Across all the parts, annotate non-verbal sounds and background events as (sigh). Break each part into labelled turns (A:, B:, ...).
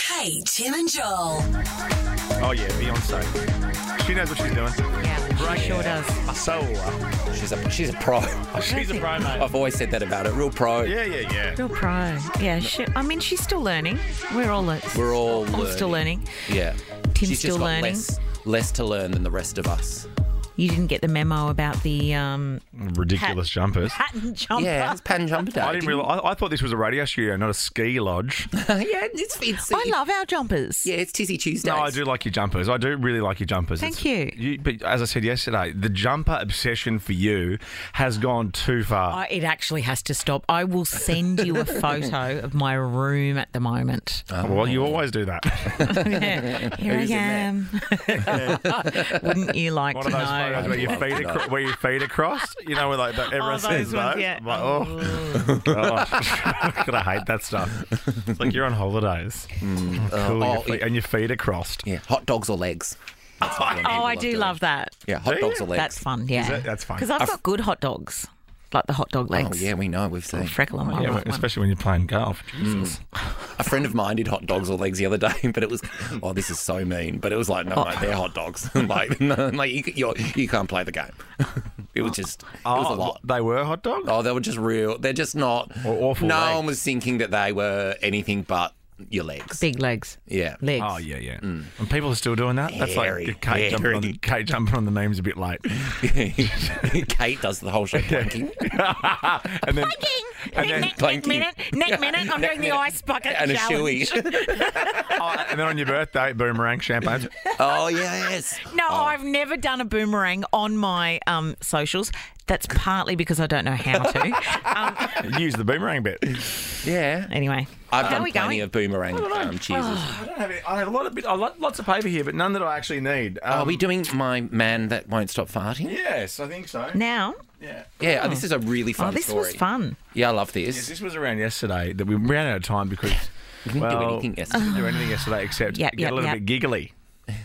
A: Hey, Tim and Joel.
B: Oh yeah, Beyonce. She knows what she's doing.
C: Yeah, she sure does.
B: So uh,
D: She's a she's a pro. (laughs)
B: Oh, she's a pro, mate.
D: I've always said that about it. Real pro.
B: Yeah, yeah, yeah.
C: Still pro. Yeah, she, I mean, she's still learning. We're all learning.
D: We're all
C: I'm still learning.
D: Yeah.
C: Tim's
D: she's
C: still
D: just got
C: learning.
D: Less, less to learn than the rest of us.
C: You didn't get the memo about the um,
B: Ridiculous jumpers.
C: pattern jumper.
D: Yeah, it's pattern jumper day.
B: I didn't realize. I, I thought this was a radio studio, not a
C: (laughs)
B: ski lodge.
D: (laughs) yeah, it's, it's
C: I love our jumpers.
D: Yeah, it's Tizzy Tuesday.
B: No, I do like your jumpers. I do really like your jumpers.
C: Thank you.
B: But as I said yesterday, the jumper obsession for you has gone too far.
C: I, Uh, it actually has to stop. I will send you
D: (laughs)
C: a photo of my room at the moment.
B: well, you always do (laughs) that.
C: Here I am. (laughs)
D: (laughs)
C: Wouldn't you like
B: One
C: to
B: of those
C: know?
B: photos where your
D: Like,
B: feet are
D: no.
B: cro- where your feet are crossed. You know, where like that everyone
C: Oh, those
B: says
C: ones,
B: those.
C: yeah.
B: I'm Like, oh, gosh, (laughs) God, I hate that stuff. It's like you're on holidays. Oh, cool,
D: oh,
B: your feet,
D: yeah.
B: and your feet are crossed.
D: Yeah, hot dogs or legs. That's what
C: (laughs)
D: I'm
C: Oh, I
D: doing.
C: do love that.
D: Yeah, hot dogs
B: you?
D: or legs.
C: That's fun. Yeah,
B: that- that's fun.
C: Because I've got good hot dogs, like the hot dog
D: Oh
C: legs.
D: yeah, we know. We've
C: Little
D: seen.
C: freckle on my
B: Yeah,
C: right one.
B: especially when you're playing golf.
D: Mm.
B: Jesus.
D: A friend of mine did hot dogs or legs the other day, but it was, oh, this is so mean. But it was like, no,
C: Oh.
D: mate, they're hot dogs. (laughs) like, no, like you, you're, you can't play the game. (laughs) it was just, it was a
B: Oh,
D: lot.
B: they were hot dogs.
D: Oh, they were just real. They're just not.
B: Or awful
D: no
B: legs.
D: one was thinking that they were anything but your legs.
C: Big legs.
D: Yeah.
C: Legs.
B: Oh yeah, yeah.
D: mm.
B: And people are still doing that. That's
D: Hairy,
B: like Kate jumping, on,
D: hairy.
B: Kate jumping on the memes a bit late,
D: (laughs) Kate does the whole
B: (laughs)
D: show planking.
B: and then and then,
C: Neck, neck
D: Planking.
C: minute, neck minute. I'm doing the ice bucket
D: and a
C: challenge. (laughs)
D: shoey.
B: oh, and then on your birthday, boomerang
D: (laughs)
B: champagne.
D: Oh yes.
C: No, I've never done a boomerang on my um, socials. That's partly because I don't know how
D: (laughs)
C: to. um,
B: Use the boomerang bit.
D: Yeah.
C: anyway, how
D: I've
C: are
D: done
C: we
D: plenty
C: going?
D: of boomerang um, cheeses.
B: Oh, I don't have. Any, I have a lot of bit. I lot, lots of paper here, but none that I actually need.
C: Oh.
B: Um,
D: Are Oh, we doing my man that won't stop farting?
B: Yes, I think so.
C: now,
B: Yeah.
D: Yeah, this is a really
C: oh,
D: fun
C: this
D: story.
C: was fun.
D: Yeah, I love
B: Yes,
D: this.
B: this was around yesterday that we ran out of time
D: (laughs)
B: because we
D: didn't do
B: well,
D: anything yesterday.
B: Didn't do anything yesterday
D: (laughs)
B: except
C: Yep,
B: get
C: yep,
B: a little
C: yep.
B: bit giggly.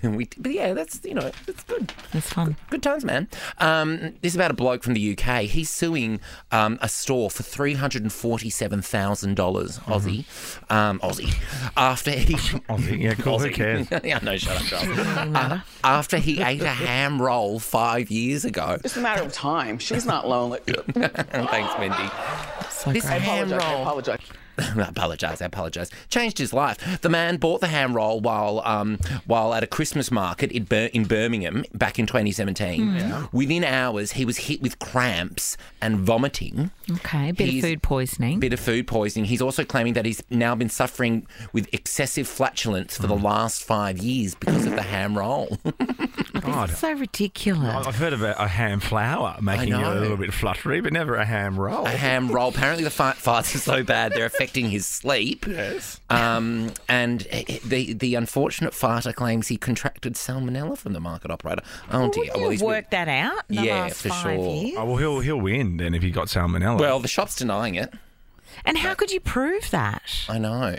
D: And (laughs) we, but yeah, that's you know, it's good.
C: It's fun.
D: Good times, man. Um, this is about a bloke from the UK. He's suing um, a store for three hundred and forty-seven thousand dollars Aussie, um, Aussie, after he (laughs)
B: Aussie, yeah, cool. Who cares?
D: yeah, no, shut up, Charles.
C: Doesn't
B: (laughs)
C: matter.
D: after he ate a ham roll five years ago. (laughs)
E: Just a matter of time. She's not lonely.
D: Thanks, Wendy.
C: So
D: This
C: great.
D: ham
E: I
D: roll.
E: apologize.
D: (laughs) I apologise. I apologise. Changed his life. The man bought the ham roll while um, while at a Christmas market in, Bir- in Birmingham back in 2017. Within hours, he was hit with cramps and vomiting.
C: Okay, a bit
D: He's-
C: of food poisoning.
D: Bit of food poisoning. He's also claiming that he's now been suffering with excessive flatulence for the last five years because of the ham roll.
B: God.
C: so
B: I-
D: Oh,
C: ridiculous.
B: I've heard of a, a ham flour making you a
D: know.
B: little bit fluttery, but never a ham roll.
D: a ham roll. Apparently, the fart farts are (laughs) so bad they're affecting his sleep.
B: Yes.
D: Um, and h- the the unfortunate farter claims he contracted salmonella from the market operator. Oh dear.
C: Wouldn't you
D: he's-
C: work that out in the
D: Yeah,
C: last
D: for
C: five
D: sure.
C: years?
B: Oh, well, he'll he'll win then if he got salmonella.
D: Well, the shop's denying it.
C: And how could you prove that?
D: I know.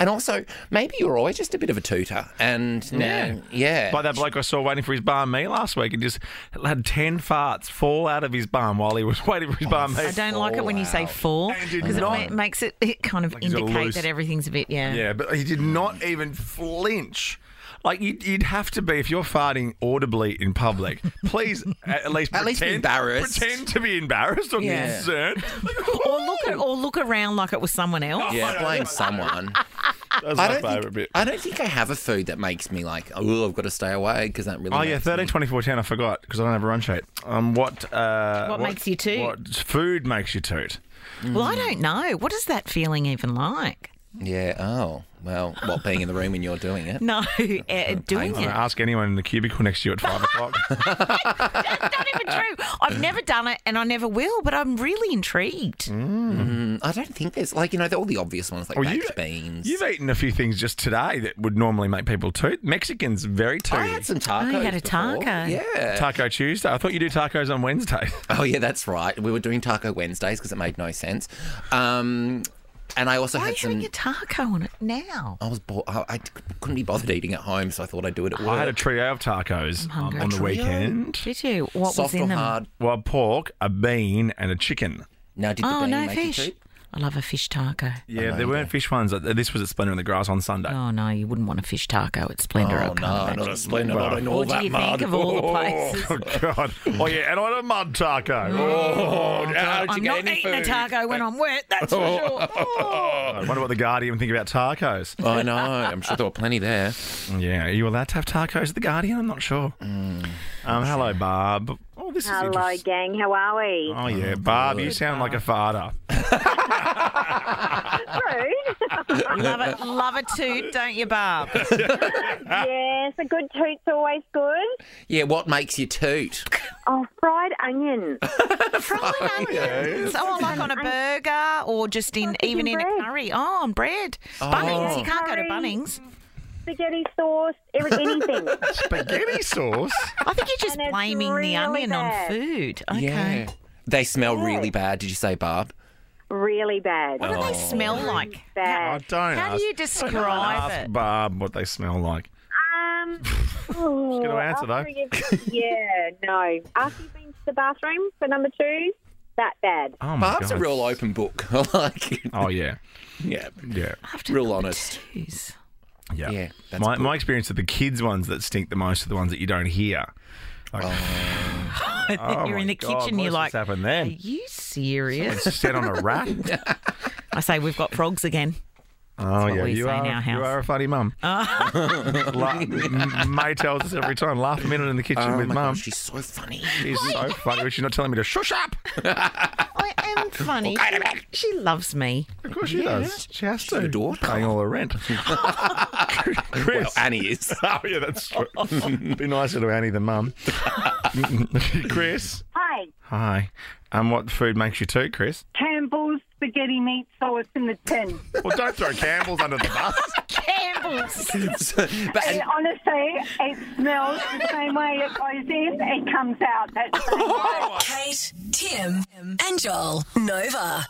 D: And also, maybe you were always just a bit of a tutor. And now, yeah.
B: By that bloke I saw waiting for his bar me last week and just had 10 farts fall out of his bum while he was (laughs) waiting for his bar me.
C: I don't like it when you say
D: Fallout.
C: fall
B: And did
C: because it
B: not-
C: ma- makes it, it kind of
B: Like he's got a
C: indicate
B: loose-
C: that everything's a bit yeah.
B: Yeah, but he did not even flinch. Like, you'd, you'd have to be, if you're farting audibly in
D: (laughs)
B: public, please at least
D: At
B: pretend,
D: least be embarrassed.
B: pretend to be embarrassed or
D: Yeah. (laughs)
B: concerned.
C: Or look at, or look around like it was someone else.
D: yeah, blame someone.
B: That was
D: I
B: (laughs) my
D: don't,
B: favourite
D: think,
B: bit.
D: I don't think I have a food that makes me like, oh, I've got to stay away because that really.
B: Oh yeah,
D: makes
B: thirteen twenty four ten. I forgot because I don't have a run sheet. Um, what, uh,
C: What makes you toot?
B: What food makes you toot?
C: Well,
B: Mm.
C: I don't know. What is that feeling even like?
D: Me. Yeah. Oh. Well, what being in the room when you're doing it?
C: No, (laughs) eh, doing
B: I'm
C: it.
B: gonna ask anyone in the cubicle next to you
C: (laughs)
B: at five o'clock.
C: That's not even true. I've never done it and I never will, but I'm really intrigued.
B: Mm.
D: I don't think there's like you know all the obvious ones like
C: Oh,
B: Well,
D: baked
B: you-
D: beans.
B: You've eaten a few things just today that would normally make people toot. Mexicans very
D: I
B: tooty.
D: had some tacos.
C: I had a
D: before.
C: taco.
D: Yeah.
B: Taco Tuesday. I thought you do tacos on Wednesday.
D: Oh yeah, that's right. We were doing Taco Wednesdays because it made no sense. Um, and I also
C: Why are you
D: had some.
C: having a taco on it now?
B: Oh.
D: I was bored. I, I couldn't be bothered eating at home, so I thought I'd do it at work.
B: I had a trio of tacos um,
C: hungry.
B: on
C: A
B: the
D: trio?
B: weekend.
C: Did you? What
D: soft
C: was in
D: or
C: them?
D: hard.
B: Well, pork, a bean, and a chicken.
D: Now did the
C: Oh
D: bean
C: no,
D: make
C: fish.
D: it?
C: I love a fish taco.
B: Yeah, there weren't fish ones. This was at Splendor in the Grass on Sunday.
C: Oh no, you wouldn't want a fish taco at Splendor. I
D: Oh,
C: can't
D: no,
C: imagine.
D: not a splendor, not in all
C: What do
D: that
C: you
D: mud.
C: think of all the places?
B: (laughs) Oh God! Oh yeah, and I had a mud taco.
D: Oh, how'd you
C: I'm
D: get
C: not
D: any
C: eating a
D: food?
C: taco when I'm wet. That's for sure. Oh,
B: I wonder what the Guardian think about tacos.
D: (laughs) I know. I'm sure there were plenty there.
B: Yeah, are you allowed to have tacos at the Guardian? I'm not sure.
D: Mm.
B: um, hello, Barb. Oh, this is
A: Hello,
B: interesting.
A: gang. How are we?
B: Oh yeah, Barb, you sound like a farter. Oh.
A: True.
C: Love it, love a toot, don't you, Barb?
A: (laughs) yes, a good toot's always good.
D: Yeah, what makes you toot?
A: Oh, fried onions.
C: Fried
D: (laughs)
C: onions. Oh, like on a burger or just in
A: chicken
C: even in
A: bread.
C: a curry. Oh, on bread. Bunnings. You can't go to
A: Curry.
C: Bunnings.
A: Spaghetti sauce,
B: (laughs)
A: every, anything.
C: (laughs)
B: Spaghetti sauce.
C: I think you're just
A: And it's
C: blaming
A: really
C: the onion on
A: bad.
C: food. Okay.
D: Yeah. They smell really bad, did you say, Barb?
A: really bad.
C: What
D: Oh.
C: do they smell like?
B: I
A: Bad.
B: Oh, don't.
C: How
B: ask-
C: do you
B: Ask
C: describe it?
B: Barb what they smell like. (laughs)
A: Um, oh,
B: gonna answer, though. (laughs)
A: after you've- yeah, no. After you've been to the bathroom for number two, that bad.
B: Oh my
D: Barb's
B: God.
D: a real open book. (laughs) I like it.
B: Oh yeah,
D: Yeah.
B: yeah,
D: Real honest.
C: Jeez.
B: yeah.
D: Yeah, that's
B: my, my experience with the kids ones that stink the most are the ones that you don't hear. Like, (laughs) oh
C: (laughs) you're in
B: my
C: the
B: God,
C: kitchen, you're
B: what's
C: like,
B: happened
C: Are
B: there?
C: you
D: (laughs)
C: serious?
B: Set on a
C: (laughs)
B: rat.
C: I say we've got frogs again.
B: Oh yeah,
C: we
B: you
C: say
B: are.
C: in our
B: You
C: house.
B: are a
C: (laughs)
B: funny mum. La- M- May tells us every time, laugh a minute in the kitchen
D: Oh
B: with
D: my
B: mum.
D: God, she's so funny.
B: She's so funny. She's not telling me to shush up.
C: I am (laughs) funny. she, she loves me.
B: Of course she does. She has to.
D: a daughter.
B: Paying all her
D: (laughs)
B: rent. (laughs)
D: Well,
B: Chris. (laughs)
D: Annie is.
B: Oh
D: (laughs)
B: yeah, that's true. (laughs) Be nicer to Annie than mum. (laughs) Chris.
A: Hi,
B: Hi. Um, what food makes you toot, Chris?
F: Campbell's spaghetti meat sauce in the tin.
B: Well, don't throw Campbell's under the bus.
C: Campbell's.
D: but,
F: And honestly, it smells the same way it goes in, it comes out. That's
G: Kate, Tim, and Joel. Nova.